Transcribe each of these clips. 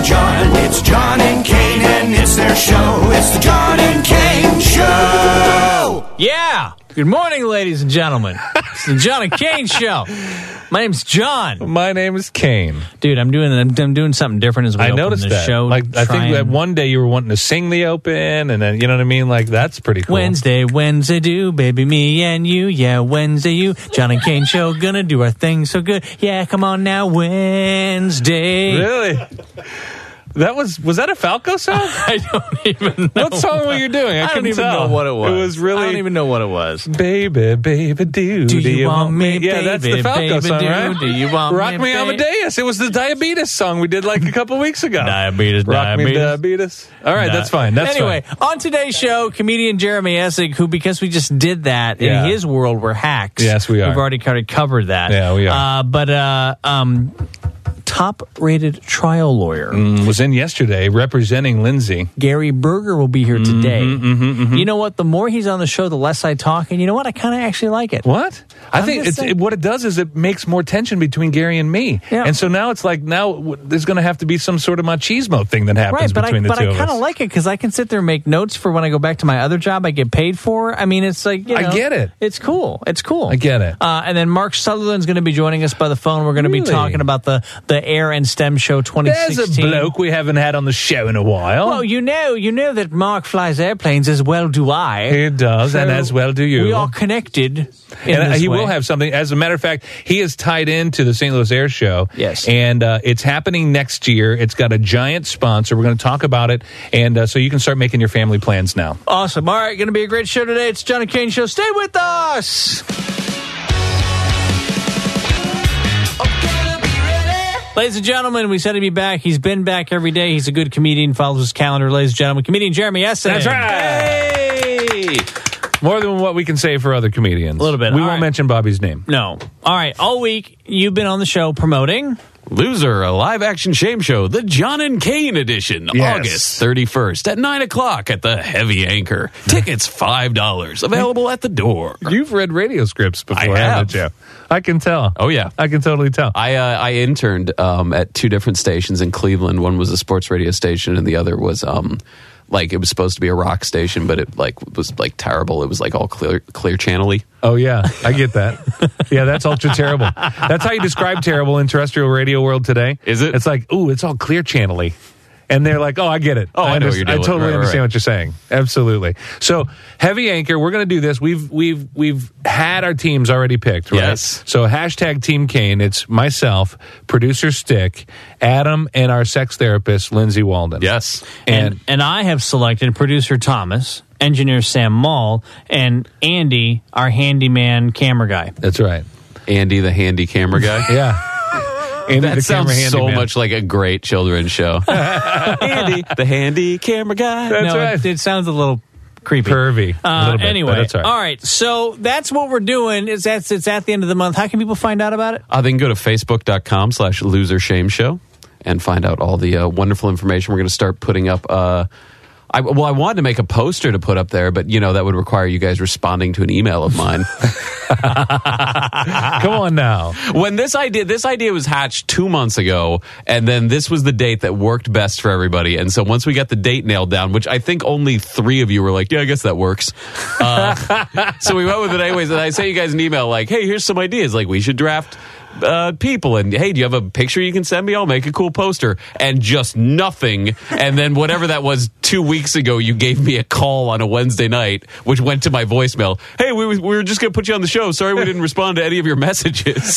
It's John and Kane, and it's their show. It's the John and Kane Show. Yeah. Good morning, ladies and gentlemen. It's the John and Kane show. My name's John. My name is Kane. Dude, I'm doing I'm, I'm doing something different as we I open noticed this that. show. like I Trying think that one day you were wanting to sing the open, and then you know what I mean. Like that's pretty cool. Wednesday, Wednesday, do baby me and you, yeah. Wednesday, you, John and Kane show, gonna do our thing so good, yeah. Come on now, Wednesday. Really? That was was that a Falco song? I don't even know. what song were you doing? I, I, don't couldn't even tell. know what it was. It was really. I don't even know what it was. Baby, baby, do Do you want me, Yeah, that's the baby, Falco baby, song, do? right? Do you want Rock me, me, ba- Amadeus? It was the diabetes song we did like a couple weeks ago. Diabetes, Rock me, diabetes. diabetes. All right, that's Uh, fine. That's anyway, fine. on today's show, comedian Jeremy Essig, who because we just did that Yeah. in his world, we're hacks. Yes, we are. We've already kind of covered that. Yeah, we are. Uh, but uh, um, top-rated trial lawyer Mm, was in yesterday representing Lindsay. Gary Berger will be here today. Mm-hmm, You know what? The more he's on the show, the less I talk, and you know what? I kind of actually like it. What? I I'm think just it's, saying- it, what it does is it makes more tension between Gary and me. Yeah. And so now it's like now w- there's going to have to be some sort of machismo thing that happens Right, but I between the but two I of kind of us. like it because I can sit there and make notes for when I go back to my other job. I get paid for. I mean, it's like you I know, get it. It's cool. It's cool. I get it. Uh, and then Mark Sutherland's going to be joining us by the phone. We're going to be Really? talking about the the Air and STEM Show There's 2016. a bloke we haven't had on the show in a while. Well, you know, you know that Mark flies airplanes as well. Do I? He does, and as well do you. We are connected. In and uh, this he way. will have something. As a matter of fact, he is tied into the St. Louis Air Show. Yes. and uh, it's happening next year. It's got a giant sponsor. We're going to talk about it, and uh, so you can start making your family plans now. Awesome. All right, going to be a great show today. It's John and Kane Show. Stay with us. Ladies and gentlemen, we said he'd be back. He's been back every day. He's a good comedian, follows his calendar. Ladies and gentlemen, comedian Jeremy Essen. That's right. More than what we can say for other comedians. A Little bit. We All won't right. mention Bobby's name. No. All right. All week, you've been on the show promoting. Loser, a live action shame show, the John and Kane edition, Yes. August 31st at 9 o'clock at the Heavy Anchor. Tickets $5, available at the door. You've read radio scripts before, I haven't you? have. I can tell. Oh, yeah. I can totally tell. I, uh, I interned um, at two different stations in Cleveland. One was a sports radio station, and the other was um, like it was supposed to be a rock station, but it like was like terrible. It was like all clear clear channely. Oh yeah, I get that. yeah, that's ultra terrible. That's how you describe terrible in terrestrial radio world today. Is it? It's like, ooh, it's all clear channely. And they're like, oh, I get it. Oh, I know what underst- you're doing. I totally Right, right, understand right. what you're saying. Absolutely. So, heavy anchor, we're going to do this. We've we've we've had our teams already picked, right? Yes. So hashtag Team Kane. It's myself, producer Stick, Adam, and our sex therapist Lindsay Walden. Yes. and, and, and I have selected producer Thomas, engineer Sam Mall, and Andy, our handyman camera guy. that's right. Andy, the handy camera guy. Yeah. Andy, That the sounds camera so handyman. much like a great children's show. Andy, the handy camera guy. That's no, right. it, it sounds a little creepy. Pervy. a Uh, little bit, but anyway, that's all right. So that's what we're doing. It's that's it's at the end of the month. How can people find out about it? Uh, they can go to facebook.com slash loser shame show and find out all the uh, wonderful information. We're going to start putting up. Uh, I, well, I wanted to make a poster to put up there, but you know that would require you guys responding to an email of mine. Come on now. when this idea, this idea was hatched two months ago, and then this was the date that worked best for everybody. And so once we got the date nailed down, which I think only three of you were like, "Yeah, I guess that works." Uh, so we went with it anyways. And I sent you guys an email like, "Hey, here's some ideas. Like we should draft." Uh, people and hey, do you have a picture you can send me? I'll make a cool poster and just nothing. And then whatever that was two weeks ago, you gave me a call on a Wednesday night, which went to my voicemail. Hey, we, we were just gonna put you on the show. Sorry we didn't respond to any of your messages.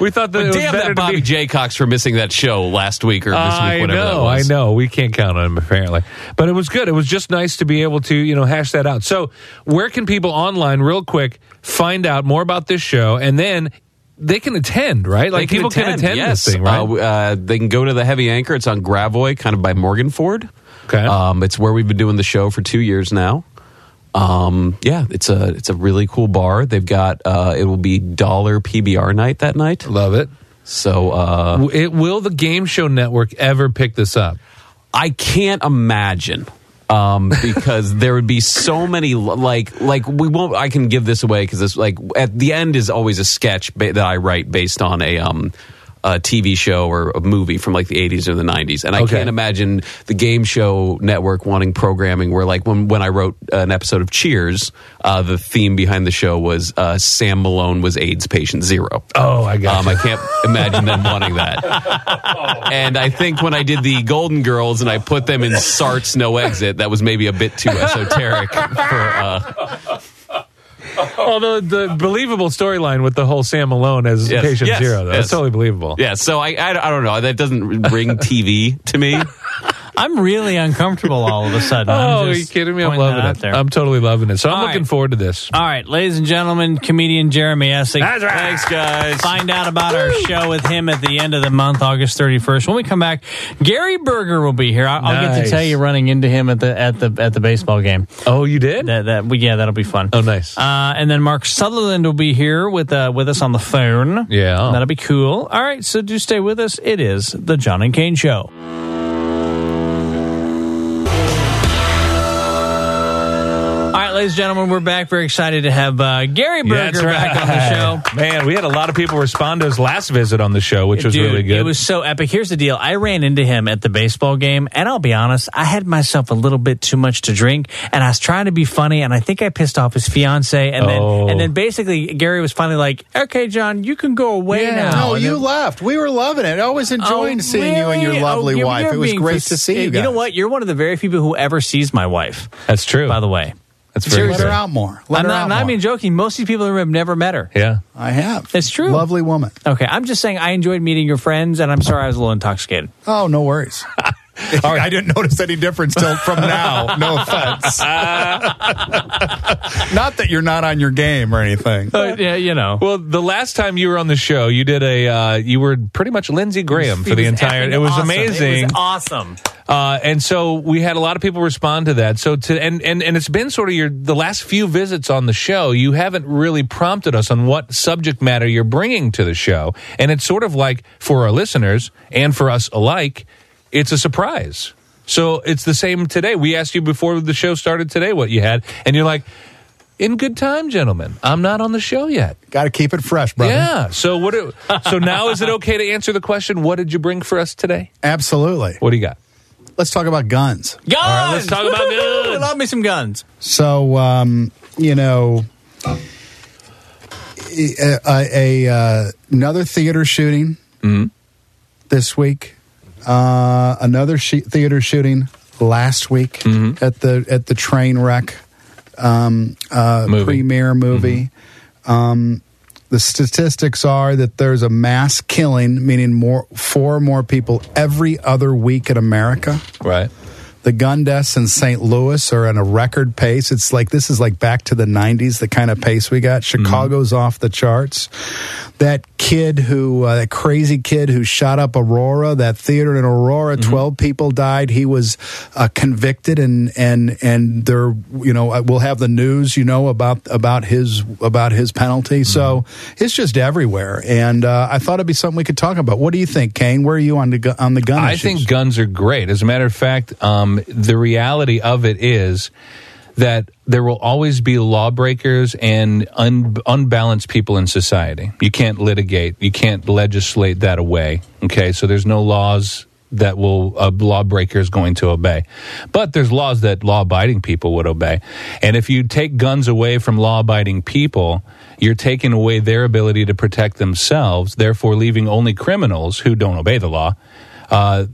We thought that it was better Damn that to Bobby be. Jaycox for missing that show last week or this I week, whatever that know, I was. know. We can't count on him apparently, but it was good. It was just nice to be able to, you know, hash that out. So, where can people online, real quick, find out more about this show, and then they can attend, right? They Like people can attend yes. this thing, right? Uh, w- uh, they can go to the Heavy Anchor. It's on Gravoy, kind of by Morgan Ford. Okay. Um, it's where we've been doing the show for two years now. Um, yeah, it's a it's a really cool bar. They've got uh, it will be dollar PBR night that night. Love it. So uh, W- it. Will the game show network ever pick this up? I can't imagine um, because there would be so many like like we won't. I can give this away because this like at the end is always a sketch ba- that I write based on a um a TV show or a movie from like the 80s or the 90s. And I Okay. can't imagine the game show network wanting programming where, like, when, when I wrote an episode of Cheers, uh, the theme behind the show was uh, Sam Malone was AIDS patient zero. Oh, I got Um, I can't imagine them wanting that. And I think when I did the Golden Girls and I put them in Sartre's No Exit, that was maybe a bit too esoteric for. Uh, Although the believable storyline with the whole Sam Malone as Yes, patient yes, zero, though, that's yes. totally believable. yeah, so I, I, I don't know. That doesn't ring TV to me. I'm really uncomfortable all of a sudden. Oh, I'm are you just kidding me? I'm pointing that loving out it. There. I'm totally loving it. So I'm All looking right. forward to this. all right, ladies and gentlemen, comedian Jeremy Essig. Thanks, guys. Find out about our show with him at the end of the month, August 31st. When we come back, Gary Berger will be here. I- I'll, get to Nice. tell you running into him at the at the at the baseball game. Oh, you did? That that yeah, that'll be fun. oh, nice. Uh, and then Mark Sutherland will be here with uh, with us on the phone. Yeah. that'll be cool. All right, so do stay with us. It is the John and Kane Show. All right, ladies and gentlemen, we're back. Very excited to have uh, Gary Berger back on the show. Man, we had a lot of people respond to his last visit on the show, which was Dude, really good. It was so epic. Here's the deal. I ran into him at the baseball game, and I'll be honest, I had myself a little bit too much to drink, and I was trying to be funny, and I think I pissed off his fiance, and Oh. then and then basically Gary was finally like, "Okay, John, you can go away Yeah. now." No, And you then- left. We were loving it. I was Oh, enjoying seeing you and really? your Oh, lovely you're- wife. you're It was being great fac- to see you guys. You know what? You're one of the very few who ever sees my wife. That's true. By the way, that's very Let her true. out more. Let I'm her not. out I'm not more. even joking. Most of the people in the room have never met her. Yeah. I have. It's true. Lovely woman. Okay, I'm just saying I enjoyed meeting your friends, and I'm sorry I was a little intoxicated. Oh, no worries. I didn't notice any difference till from now. No offense. not that you're not on your game or anything. But yeah, you know. Well, the last time you were on the show, you did a uh, you were pretty much Lindsey Graham for the It was entire. effing It was awesome. amazing. It was awesome. Uh, and so we had a lot of people respond to that. So to and, and and it's been sort of your the last few visits on the show. You haven't really prompted us on what subject matter you're bringing to the show, and it's sort of like for our listeners and for us alike, it's a surprise. So it's the same today. We asked you before the show started today what you had, and you're like, "In good time, gentlemen. I'm not on the show yet." Got to keep it fresh, brother. Yeah. So what? do- so now is it okay to answer the question? What did you bring for us today? Absolutely. What do you got? Let's talk about guns. Guns. right, let's talk about Woo-hoo! guns. Love me some guns. So, um, you know, a, a, uh, another theater shooting this week. Uh, another sh- theater shooting last week at the at the train wreck um, uh, Movie. premiere movie. Um, the statistics are that there's a mass killing, meaning more four more people every other week in America. Right. The gun deaths in St. Louis are at a record pace. It's like this is like back to the 90s, the kind of pace we got. Chicago's Mm-hmm. off the charts. That kid who, uh, that crazy kid who shot up Aurora, that theater in Aurora, Mm-hmm. 12 people died. He was uh, convicted and, and, and there, you know, uh, we'll have the news, you know, about, about his, about his penalty. So Mm-hmm. it's just everywhere. And uh, I thought it'd be something we could talk about. What do you think, Kane? Where are you on the, gu- on the gun I issues? think guns are great. As a matter of fact, um, the reality of it is that there will always be lawbreakers and un- unbalanced people in society. You can't litigate, you can't legislate that away. Okay, so there's no laws that will a lawbreaker is going to obey, but there's laws that law-abiding people would obey. And if you take guns away from law-abiding people, you're taking away their ability to protect themselves, therefore leaving only criminals who don't obey the law uh,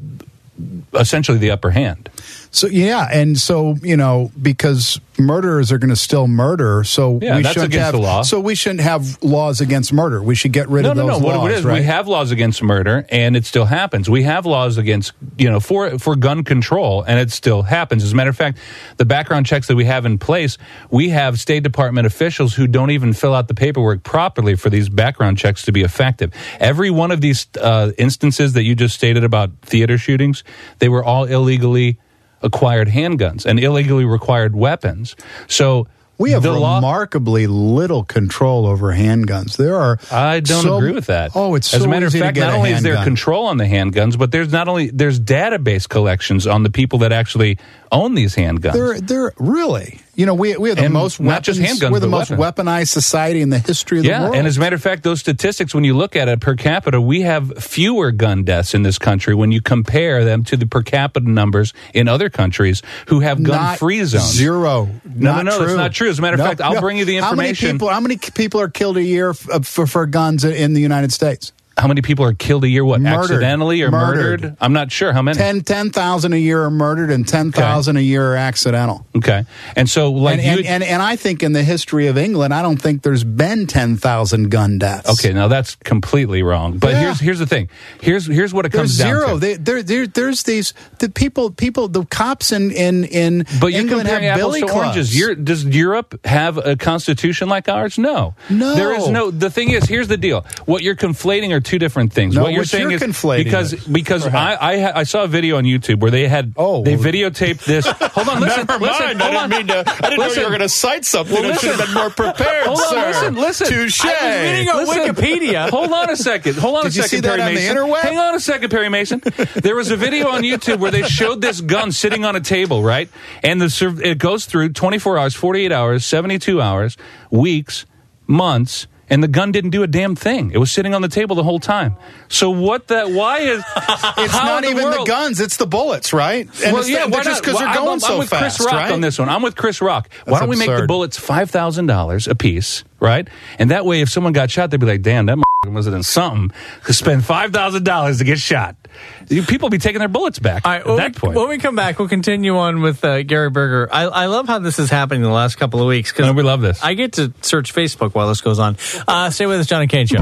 essentially the upper hand. So yeah, and so you know because murderers are going to still murder, so Yeah, we that's shouldn't against have the law. so we shouldn't have laws against murder. We should get rid No, of no, those no. laws, What it is, right? we have laws against murder, and it still happens. We have laws against you know for for gun control, and it still happens. As a matter of fact, the background checks that we have in place, we have State Department officials who don't even fill out the paperwork properly for these background checks to be effective. Every one of these uh, instances that you just stated about theater shootings, they were all illegally acquired handguns and illegally required weapons. So. We have the law- remarkably little control over handguns. There are I don't so- agree with that. Oh, it's as so a matter easy of to fact. get Not a only is there handgun. control on the handguns, but there's not only there's database collections on the people that actually own these handguns. There, there really. You know, we we are the And most not just weapons, handguns, we're the but most weapons. weaponized society in the history of the Yeah, world. and as a matter of fact, those statistics, when you look at it per capita, we have fewer gun deaths in this country when you compare them to the per capita numbers in other countries who have Not gun-free zones. Zero. No, Not no, no, true. that's not true. As a matter of No, fact, I'll no. bring you the How many information. people? How many people are killed a year f- uh, for for guns in the United States? How many people are killed a year? What Murdered. accidentally or murdered? Murdered. I'm not sure how many. 10 10,000 a year are murdered and 10,000 a year are accidental. Okay, and so like And, and, you. and, and I think in the history of England, I don't think there's been 10,000 gun deaths. Okay, now that's completely wrong. But Yeah. here's here's the thing. Here's here's what it There's comes down zero. to. They, there, there, there's these the people, people, the cops in in in But you're England comparing have apples billy to clubs. oranges. You're, does Europe have a constitution like ours? No. No. There is no. The thing is, here's the deal. What you're conflating are two different things. No, what you're what saying is you're conflating because is- because I, Perhaps. I ha- I saw a video on YouTube where they had Oh. they videotaped this. Hold on, listen, Never listen, mind. I hold didn't mean to. on. I didn't know Listen. you were going to cite something. Well, I should have been more prepared, Hold on, sir. listen, listen. Touche. I was reading a- Listen, Wikipedia. Hold on a second. Hold on Did a you second, see that Perry on the Mason. interweb? Hang on a second, Perry Mason. There was a video on YouTube where they showed this gun sitting on a table, right? And the sur- it goes through 24 hours, 48 hours, 72 hours, weeks, months. And the gun didn't do a damn thing. It was sitting on the table the whole time. So what the? Why is? it's It's not even the guns; it's the bullets, right? And well, it's yeah, the, why they're not? just because Well, they're I'm- going I'm, so with fast, Chris Rock right? on this one. I'm with Chris Rock. Why That's don't we make the absurd. bullets five thousand dollars a piece, right? And that way, if someone got shot, they'd be like, "Damn, that was it in something to spend five thousand dollars to get shot." You- People be taking their bullets back All right, at when, that we, point. when we come back, we'll continue on with uh, Gary Berger. I, I love how this is happening the last couple of weeks because No, we love this. I get to search Facebook while this goes on. Uh, stay with us, John and Kane Show.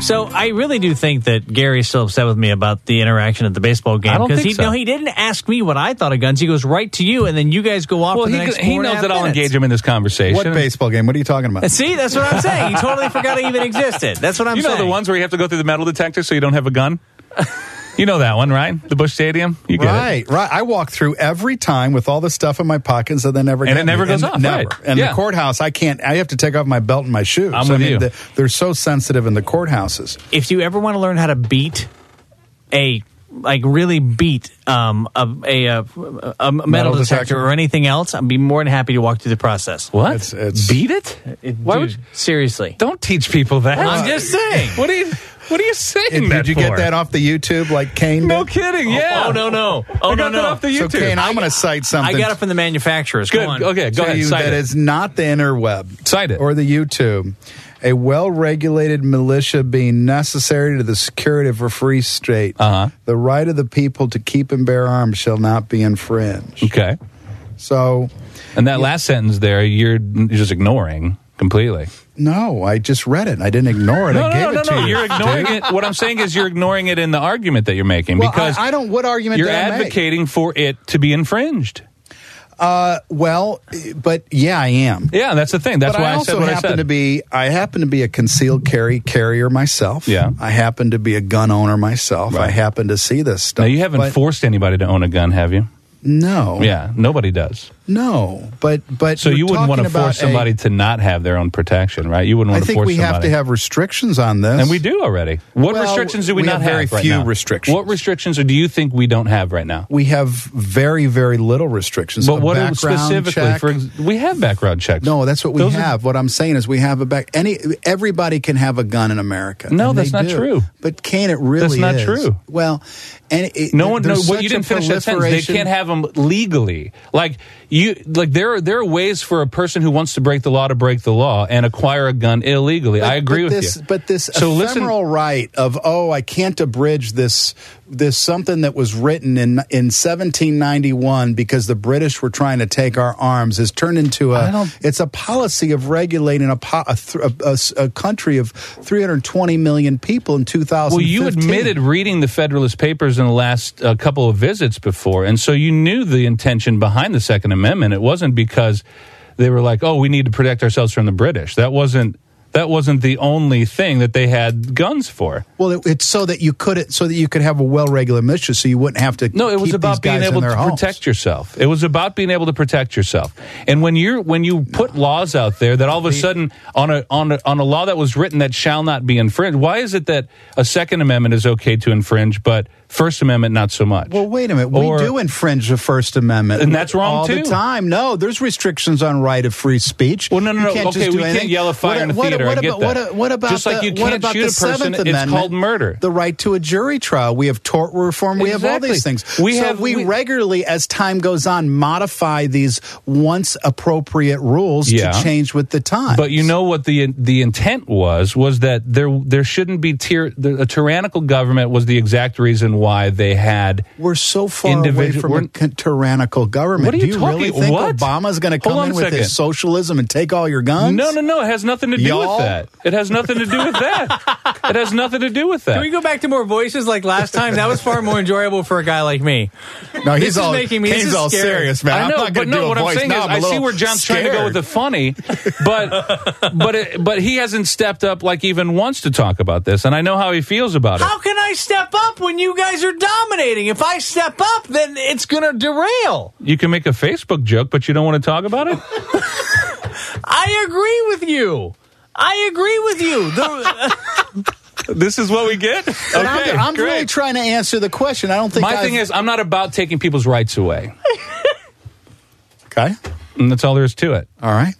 So I really do think that Gary's still upset with me about the interaction at the baseball game I don't think he so. no he didn't ask me what I thought of guns. He goes right to you, and then you guys go off. well, for he, the next he four and a knows half that I'll minutes. engage him in this conversation. What baseball game? What are you talking about? See, that's what I'm saying. He totally forgot it even existed. That's what I'm You know saying. the ones where you have to go through the metal detector so you don't have a gun. you know that one, right? The Bush Stadium. You get it. Right, right. I walk through every time with all the stuff in my pockets, and they never And get it never me. goes and off, Never. right. And Yeah. the courthouse, I can't. I have to take off my belt and my shoes. I'm I with mean, you. the- they're so sensitive in the courthouses. If you ever want to learn how to beat a like really beat um, a, a, a, a metal, Metal detector, detector. or anything else, I'd be more than happy to walk through the process. Uh, What? It's- it's- Beat it? Why Dude, would you- seriously? Don't teach people that. I'm just saying. What are you? What are you saying? And that did you for? get that off the YouTube like Kane? No did? kidding. Yeah. Oh no no. Oh I no got no. that off the So YouTube. Kane, I'm going to cite I something. got it from the manufacturers. Good. Go on. Okay. Go to ahead. you Cite that it. is not the interweb. Cite it. Or the YouTube. A well regulated militia being necessary to the security of a free state. Uh-huh. The right of the people to keep and bear arms shall not be infringed. okay. So, And that last sentence there, you're you're just ignoring completely. no, I just read it. I didn't ignore it. No, no, I gave no, no, it to no. you. You're ignoring it. What I'm saying is you're ignoring it in the argument that you're making Well, because I, I don't. What argument you're did I make? advocating for it to be infringed. Well, but yeah, I am. Yeah, that's the thing. That's but why I I, also said what I happen said. to be I happen to be a concealed carry carrier myself. Yeah. I happen to be a gun owner myself. Right. I happen to see this stuff. now you haven't But forced anybody to own a gun, have you? no, Yeah, nobody does. no. But but So we're you wouldn't talking want to about force somebody A, to not have their own protection, right? You wouldn't I want to think force we have somebody. to have restrictions on this, And we do already. What Well, restrictions do we, we not have very right few now? restrictions. What restrictions do you think we don't have right now? We have very very little restrictions. But A what are background specifically? check. For ex- we have background checks. no, that's what we Those are- have. What I'm saying is we have a back. Any everybody can have a gun in America. No, and that's they not do. true. But can it really? not is. true. Well, and it, no one. No, there's what you such a didn't finish that sentence. They proliferation- can't have them legally. Like you, like there are there are ways for a person who wants to break the law to break the law and acquire a gun illegally. I agree but with this, you. But this so listen, ephemeral right of oh, I can't abridge this this something that was written in in 1791 because the British were trying to take our arms has turned into I a don't- it's a policy of regulating a po- a, th- a- a s- a country of 320 million people in 2015. Well, you admitted reading the Federalist Papers in the last uh, couple of visits before, and so you knew the intention behind the Second Amendment. It wasn't because they were like, "Oh, we need to protect ourselves from the British." That wasn't that wasn't the only thing that they had guns for. Well, it, it's so that you could so that you could have a well-regulated militia, so you wouldn't have to. No, it was keep these about being guys in able their to homes. protect yourself. It was about being able to protect yourself. And when you're when you put laws out there that all of a sudden on a on a, on a law that was written that shall not be infringed, why is it that a Second Amendment is okay to infringe, but First Amendment not so much? Well, wait a minute. Or- we do infringe the First Amendment, And that's wrong, all too. the time. No, there's restrictions on right of free speech. Well, no, no, You no. can't just Okay, do we can't anything. yell at fire What- in a what- theater. What, I get about, that. What, what about Just like the- you what can't about shoot the a person, Seventh it's Amendment, called murder. The right to a jury trial. We have tort reform. We have all Exactly. these things. We so have- we, we- regularly, as time goes on, modify these once appropriate rules Yeah. to change with the time. But you know what the the intent was was that there there shouldn't be tyr- the, a tyrannical government was the exact reason why they had We're so far away Individual- from we're- a con- tyrannical government. What are you Do you really talking- think what? Obama's going to Hold come on in a with second. his socialism and take all your guns? No, no, no. It has nothing to do Y'all? with that. It has nothing to do with that. it has nothing to do with that. Can we go back to more voices like last time? That was far more enjoyable for a guy like me. No, This he's is all making me- this he's is all scary. serious, man. I know, am not but going no. do a What voice I'm saying now. is, I'm a I see little where John's trying to go with the scared. funny, but but it, but he hasn't stepped up like even once to talk about this, and I know how he feels about it. How can I step up when you guys are dominating? If I step up, then it's going to derail. You can make a Facebook joke, but you don't want to talk about it. I agree with you. I agree with you. The- this is what we get. Okay, And I'm, I'm great. really trying to answer the question. I don't think My I've- thing is, I'm not about taking people's rights away, okay. and that's all there is to it. All right.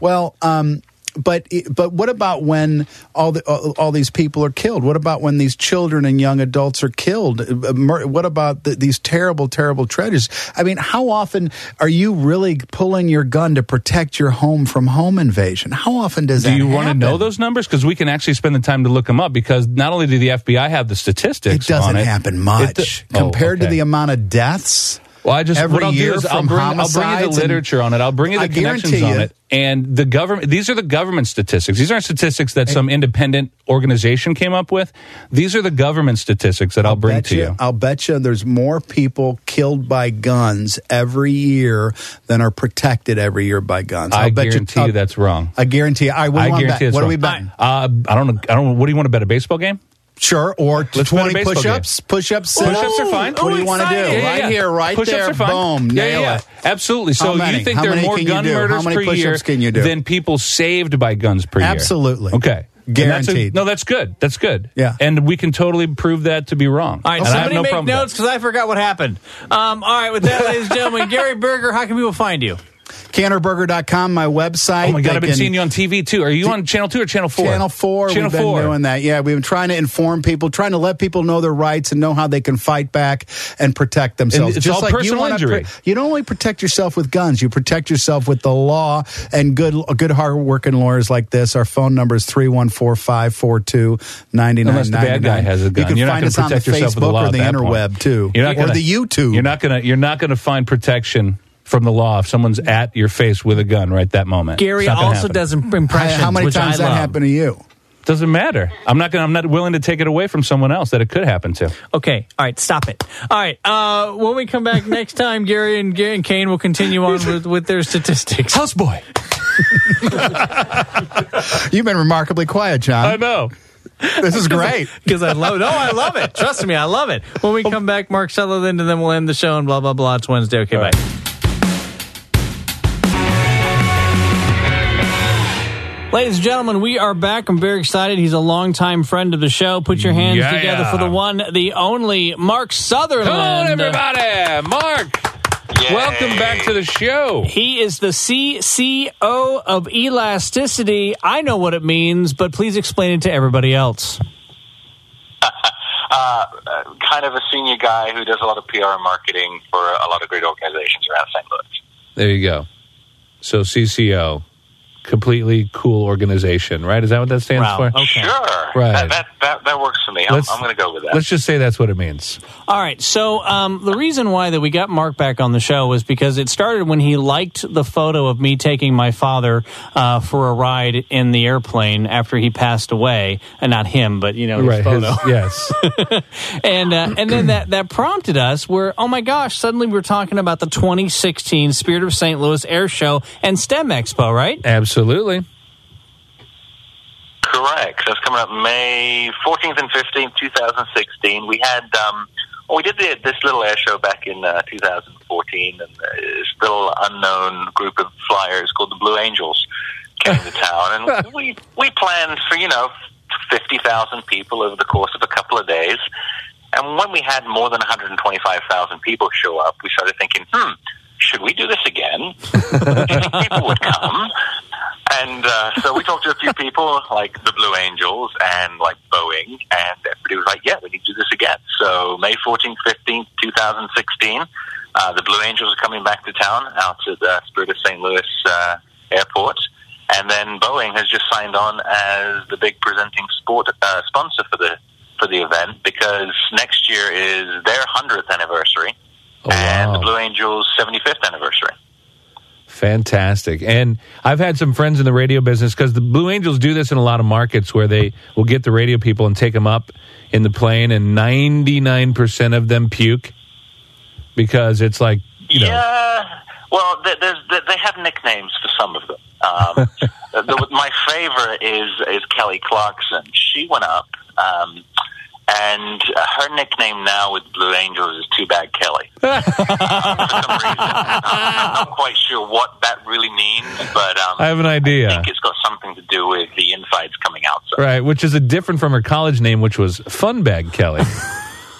Well, um, but but what about when all the all, all these people are killed? What about when these children and young adults are killed? Uh, mur- What about the, these terrible, terrible tragedies? I mean, how often are you really pulling your gun to protect your home from home invasion? How often does Do that you want to happen? know those numbers? Because we can actually spend the time to look them up. Because not only do the FBI have the It statistics, doesn't on it, happen it do- much Oh, compared to okay. the amount of deaths. Well, I just every what I'll year do is I'll from bring, I'll bring you homicides the and- literature on it. I'll bring you the I guarantee connections on you- it, and the government. These are the government statistics. These aren't statistics that some independent organization came up with. These are the government statistics that I'll, bring bet to you. I'll bet you there's more people killed by guns every year than are protected every year by guns. I I'll bet guarantee I'll- you that's wrong. I guarantee you. I, what do I you wanna guarantee bet? it's What are we wrong. betting? Uh, I don't. know- I don't. What do you want to bet? A baseball game? Sure, or Let's bet a 20 baseball push-ups, push-ups, Push-ups are fine. Oh, What do you want to do? exciting. Yeah, right here, right Push-ups there, are fine. boom, yeah, nail yeah, yeah. it. Absolutely. How So you many? think How there are many more can you gun do? How murders many per push-ups year can you do? than people saved by guns per year? Absolutely. Okay. And that's a- Guaranteed. no, that's good. That's good. Yeah. And we can totally prove that to be wrong. all right, And I have somebody no make problem with notes because I forgot what happened. Um, all right, with that, ladies and gentlemen, Gary Berger, how can people find you? Canterburger.com, my website. that. Oh my god! They I've been can- seeing you on TV too. Are you on channel two or channel four? Channel Four. Channel we've been four. doing that. Yeah, we've been trying to inform people, trying to let people know their rights and know how they can fight back and protect themselves. And it's all personal wanna injury. you don't only protect yourself with guns; you protect yourself with the law and good, good hard working lawyers like this. Our phone number is 314-542-9999. Unless the bad guy has a gun, you can are find not us on going the to protect yourself with the Facebook law or the at that point. interweb too, You're not or gonna- the YouTube. You're not going to. You're not going to find protection from the law if someone's at your face with a gun right that moment. Gary It's not gonna also happen. does imp- Hi, impressions, Uh, how many which times I that love. happened to you? Doesn't matter. I'm not going. to I'm not willing to take it away from someone else that it could happen to. Okay, all right, stop it. All right, uh, when we come back next time, Gary and, Gary and Kane will continue on with, with their statistics. Houseboy. You've been remarkably quiet, I John. know. this is great. Because I love it. No, I love it. Trust me, I love it. When we come back, Mark Sutherland, and then we'll end the show and blah, blah, blah. It's Wednesday. Okay, bye. Ladies and gentlemen, we are back. I'm very excited. He's a longtime friend of the show. Put your hands Yeah. together for the one, the only Mark Sutherland. Come on, everybody. Mark, welcome back to the show. He is the CCO of Elasticity. I know what it means, but please explain it to everybody else. uh, uh, kind of a senior guy who does a lot of PR and marketing for a lot of great organizations around St. Louis. There you go. So CCO, completely cool organization, right? Is that what that stands Wow. for? Okay. Sure, Right. That, that, that, that works for me. I'm, Let's- I'm going to go with that. Let's just say that's what it means. All right. So um, the reason why that we got Mark back on the show was because it started when he liked the photo of me taking my father uh, for a ride in the airplane after he passed away, and not him, but you know, his right. photo. his- yes. and uh, and then that that prompted us where oh my gosh, suddenly we're talking about the 2016 Spirit of St. Louis Air Show and STEM Expo, right? Absolutely. Correct. That's coming up May 14th and 15th, 2016. We had, um, well, we did the, this little air show back in uh, 2014, and uh, this little unknown group of flyers called the Blue Angels came to town, and we we planned for you know 50,000 people over the course of a couple of days. And when we had more than 125,000 people show up, we started thinking, hmm, should we do this again? Do you think people would come? And uh, so we talked to a few people, like the Blue Angels and like Boeing, and everybody was like, yeah, we need to do this again. So May 14th, 15th, 2016, uh, the Blue Angels are coming back to town out at the Spirit of St. Louis uh, Airport. And then Boeing has just signed on as the big presenting sport uh, sponsor for the for the event because next year is their hundredth anniversary and the Blue Angels' seventy fifth anniversary. Fantastic. And I've had some friends in the radio business because the Blue Angels do this in a lot of markets where they will get the radio people and take them up in the plane, and 99% of them puke because it's like, you know, Yeah. Well, th- there's, th- they have nicknames for some of them. Um, the, my favorite is is Kelly Clarkson. She went up, um, and uh, her nickname now with Blue Angels is Too Bad Kelly. Um, for some reason, I'm not quite sure what that really means, but um, I have an idea. I think it's got something to do with the insides coming out. So. right, which is a different from her college name, which was Funbag Kelly,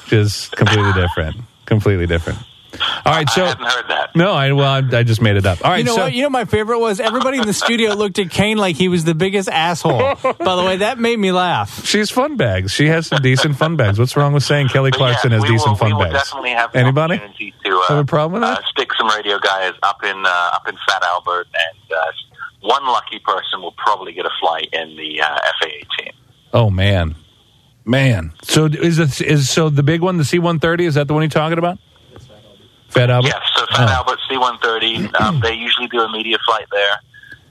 which is completely different. Completely different. All right, so. I hadn't heard that. No, I well, I, I just made it up. All right, You know so what? You know my favorite was everybody in the studio looked at Kane like he was the biggest asshole. By the way, that made me laugh. She's fun bags. She has some decent fun bags. What's wrong with saying Kelly But Clarkson yeah, has we decent will, fun we will bags? Definitely have the Anybody? opportunity to uh, Have a problem with uh, that? stick some radio guys up in uh, up in Fat Albert, and uh, one lucky person will probably get a flight in the uh, FAA team. Oh man, man. So is it, is so the big one, the C one thirty? Is that the one you're talking about? Fat Albert. Yes, so Fat Oh. Albert C one thirty. Um, They usually do a media flight there,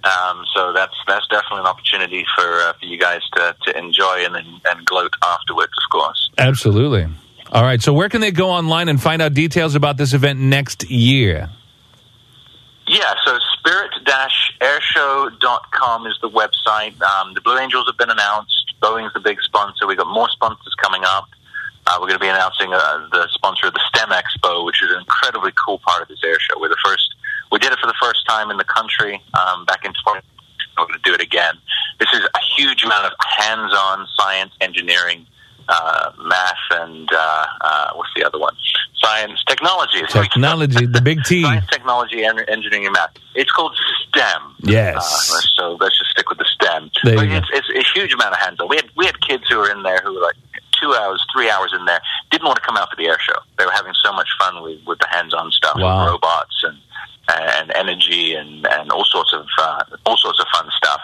um, so that's that's definitely an opportunity for uh, for you guys to, to enjoy and then and gloat afterwards, of course. Absolutely. All right. So where can they go online and find out details about this event next Oh, year? Yeah, so spirit-airshow.com is the website. Um, the Blue Angels have been announced. Boeing's the big sponsor. We've got more sponsors coming up. Uh, we're going to be announcing uh, the sponsor of the STEM Expo, which is an incredibly cool part of this air show. We're the first. We did it for the first time in the country um, back in 20. We're going to do it again. This is a huge amount of hands-on science, engineering, uh, math, and uh, uh, what's the other one? Science, technology. Technology, the big T. Science, technology, en- engineering, and math. It's called STEM. Yes. Uh, so let's just stick with the STEM. There But you go. it's, it's a huge amount of hands on. We had we had kids who were in there who were like two hours, three hours in there, didn't want to come out for the air show. They were having so much fun with, with the hands on stuff, Wow. and robots and and energy and, and all sorts of uh, all sorts of fun stuff.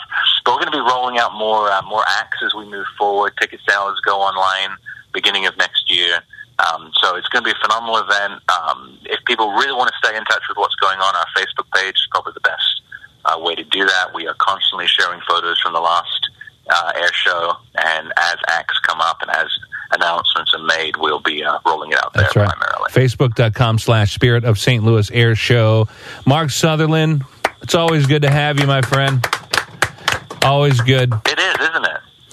But we're going to be rolling out more uh, more acts as we move forward. Ticket sales go online beginning of next year. Um, so it's going to be a phenomenal event. Um, if people really want to stay in touch with what's going on, our Facebook page is probably the best uh, way to do that. We are constantly sharing photos from the last uh, air show, and as acts come up and as announcements are made, we'll be uh, rolling it out there That's right. primarily. Facebook.com slash Spirit of St. Louis Air Show. Mark Sutherland, it's always good to have you, my friend. Always good. It is, isn't it?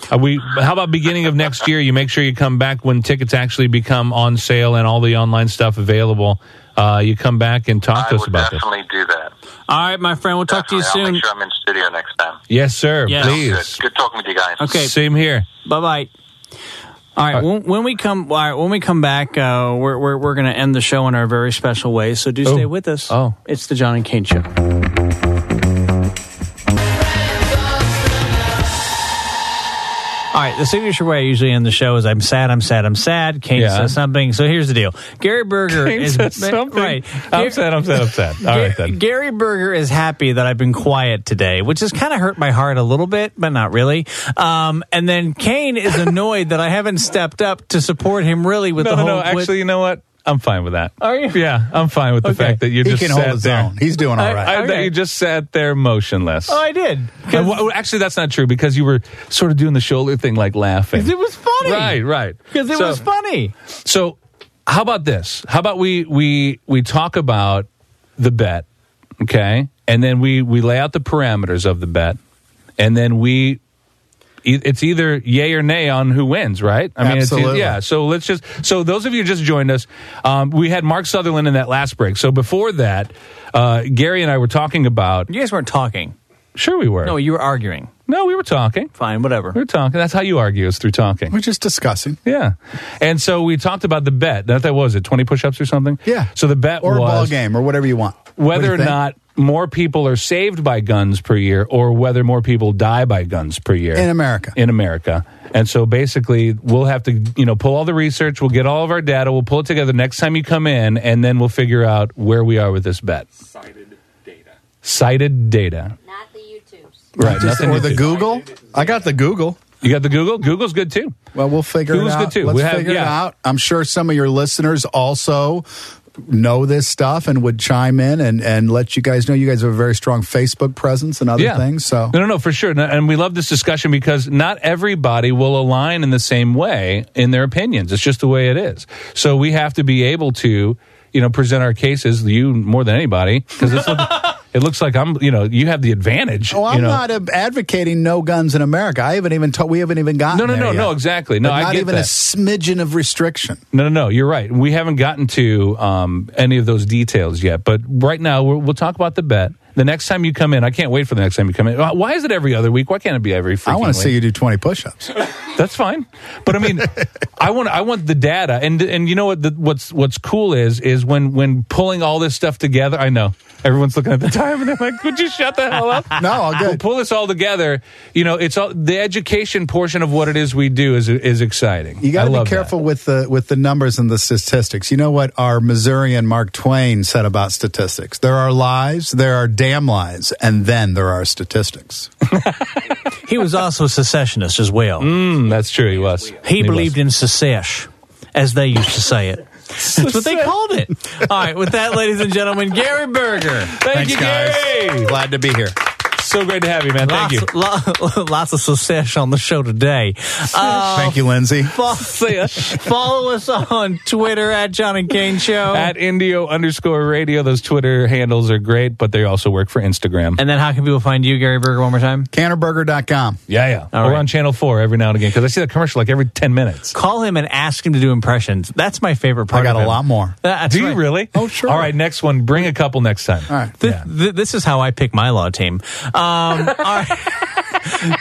Are we? How about beginning of next year? You make sure you come back when tickets actually become on sale and all the online stuff available. Uh, you come back and talk I to will us about this. definitely do that. All right, my friend. We'll talk to you Definitely. I'll soon. make sure I'm in studio next time. Yes, sir. Yes. Please. Good. Good talking with you guys. Okay. Same here. Bye bye. All right. When, when we come, all right, when we come back, uh, we're we're, we're going to end the show in our very special way. So do stay with us. Oh. it's the John and Kane show. All right, the signature way I usually end the show is I'm sad, I'm sad, I'm sad. Kane Yeah. says something. So here's the deal: Gary Berger Kane is says something. right. I'm Gar- sad. I'm sad. I'm sad. All Gar- right then. Gary Berger is happy that I've been quiet today, which has kind of hurt my heart a little bit, but not really. Um, and then Kane is annoyed that I haven't stepped up to support him really with the No, no, whole. no. with- Actually, you know what? I'm fine with that. Are you? Yeah, I'm fine with the Okay. fact that you He just can sat hold his there. own. He's doing all right. I, that Okay. you just sat there motionless. oh, I did. 'Cause And wha- actually, that's not true because you were sort of doing the shoulder thing, like laughing. it was funny. Right, right. Because it So- was funny. So, how about this? How about we we we talk about the bet, okay? And then we we lay out the parameters of the bet, and then we e- it's either yay or nay on who wins, right? I mean, It's, Absolutely. yeah. So let's just. So those of you who just joined us, um, we had Mark Sutherland in that last break. So before that, uh, Gary and I were talking about. You guys weren't talking. Sure, we were. No, No, you were arguing. we were talking. Fine, whatever. We were talking. That's how you argue is through talking. We're just discussing. Yeah. And so we talked about the bet. That, that was it, 20 push ups or something? Yeah. So the bet or was a ball game or whatever you want. What do whether you or think? not more people are saved by guns per year or whether more people die by guns per year In America. In America. And so basically we'll have to, you know, pull all the research, we'll get all of our data, we'll pull it together next time you come in and then we'll figure out where we are with this bet. Cited data. Not the YouTubes. Right. Just, nothing or to the do. Google. I got the Google. You got the Google? Google's good too. Well, we'll figure Google's it good out. too. Let's We have- figure it yeah. out. I'm sure some of your listeners also know this stuff and would chime in and, and let you guys know you guys have a very strong Facebook presence and other things. So no, no, no, for sure. And- And we love this discussion because not everybody will align in the same way in their opinions. It's just the way it is. So we have to be able to, you know, present our cases. You more than anybody because it looks like I'm. You know, you have the advantage. Oh, I'm you know. not uh, advocating no guns in America. I haven't even told. We haven't even gotten. No, no, there no, yet. no, exactly. No, But I not get even that. a smidgen of restriction. No, no, no. You're right. We haven't gotten to um, any of those details yet. But right now, we're, we'll talk about the bet. The next time you come in, I can't wait for the next time you come in. Why is it every other week? Why can't it be every? I want freaking to week? see you do 20 push-ups. That's fine, but I mean, I want I want the data, and and you know what? The, what's what's cool is is when when pulling all this stuff together. I know everyone's looking at the time, and they're like, "Would you shut the hell up?" No, all We'll good. pull this all together. You know, it's all the education portion of what it is we do is is exciting. You got I to love be that. careful with the with the numbers and the statistics. You know what our Missourian Mark Twain said about statistics? There are lies, there are damn lies, and then there are statistics. He was also a secessionist as well. Mm, that's true. He was. He was. believed in secesh, as they used to say it. That's what they called it. All right, with that, ladies and gentlemen, Gary Berger. Thank you, Gary. Glad to be here. So great to have you, man. Thank Lots, you. lo- lots of secesh on the show today. Oh. Uh, Thank you, Lindsay. fo- follow us on Twitter at John and Kane Show. At Indio underscore radio, those Twitter handles are great, but they also work for Instagram. and then how can people find you, Gary Berger, one more time? Canterburger.com. Yeah, yeah. All We're right. on Channel 4 every now and again because I see that commercial like every 10 minutes. Call him and ask him to do impressions. That's my favorite part. I got of a him. lot more. That's Do you right. really? Oh, sure. All right, next one. Bring a couple next time. All right. Th- th- this is how I pick my law team. Um, all right.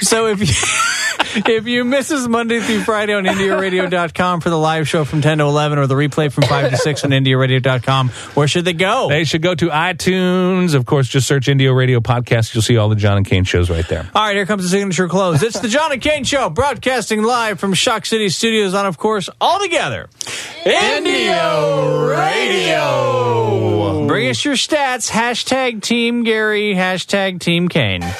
so if you, if you miss us Monday through Friday on IndiaRadio.com for the live show from 10 to 11 or the replay from 5 to 6 on IndiaRadio.com, where should they go? They should go to iTunes. Of course, just search Indio Radio Podcast. You'll see all the John and Kane shows right there. All right, here comes the signature close. It's the John and Kane Show, broadcasting live from Shock City Studios on, of course, all together. Indio Radio. Bring us your stats. Hashtag Team Gary, hashtag Team Kane.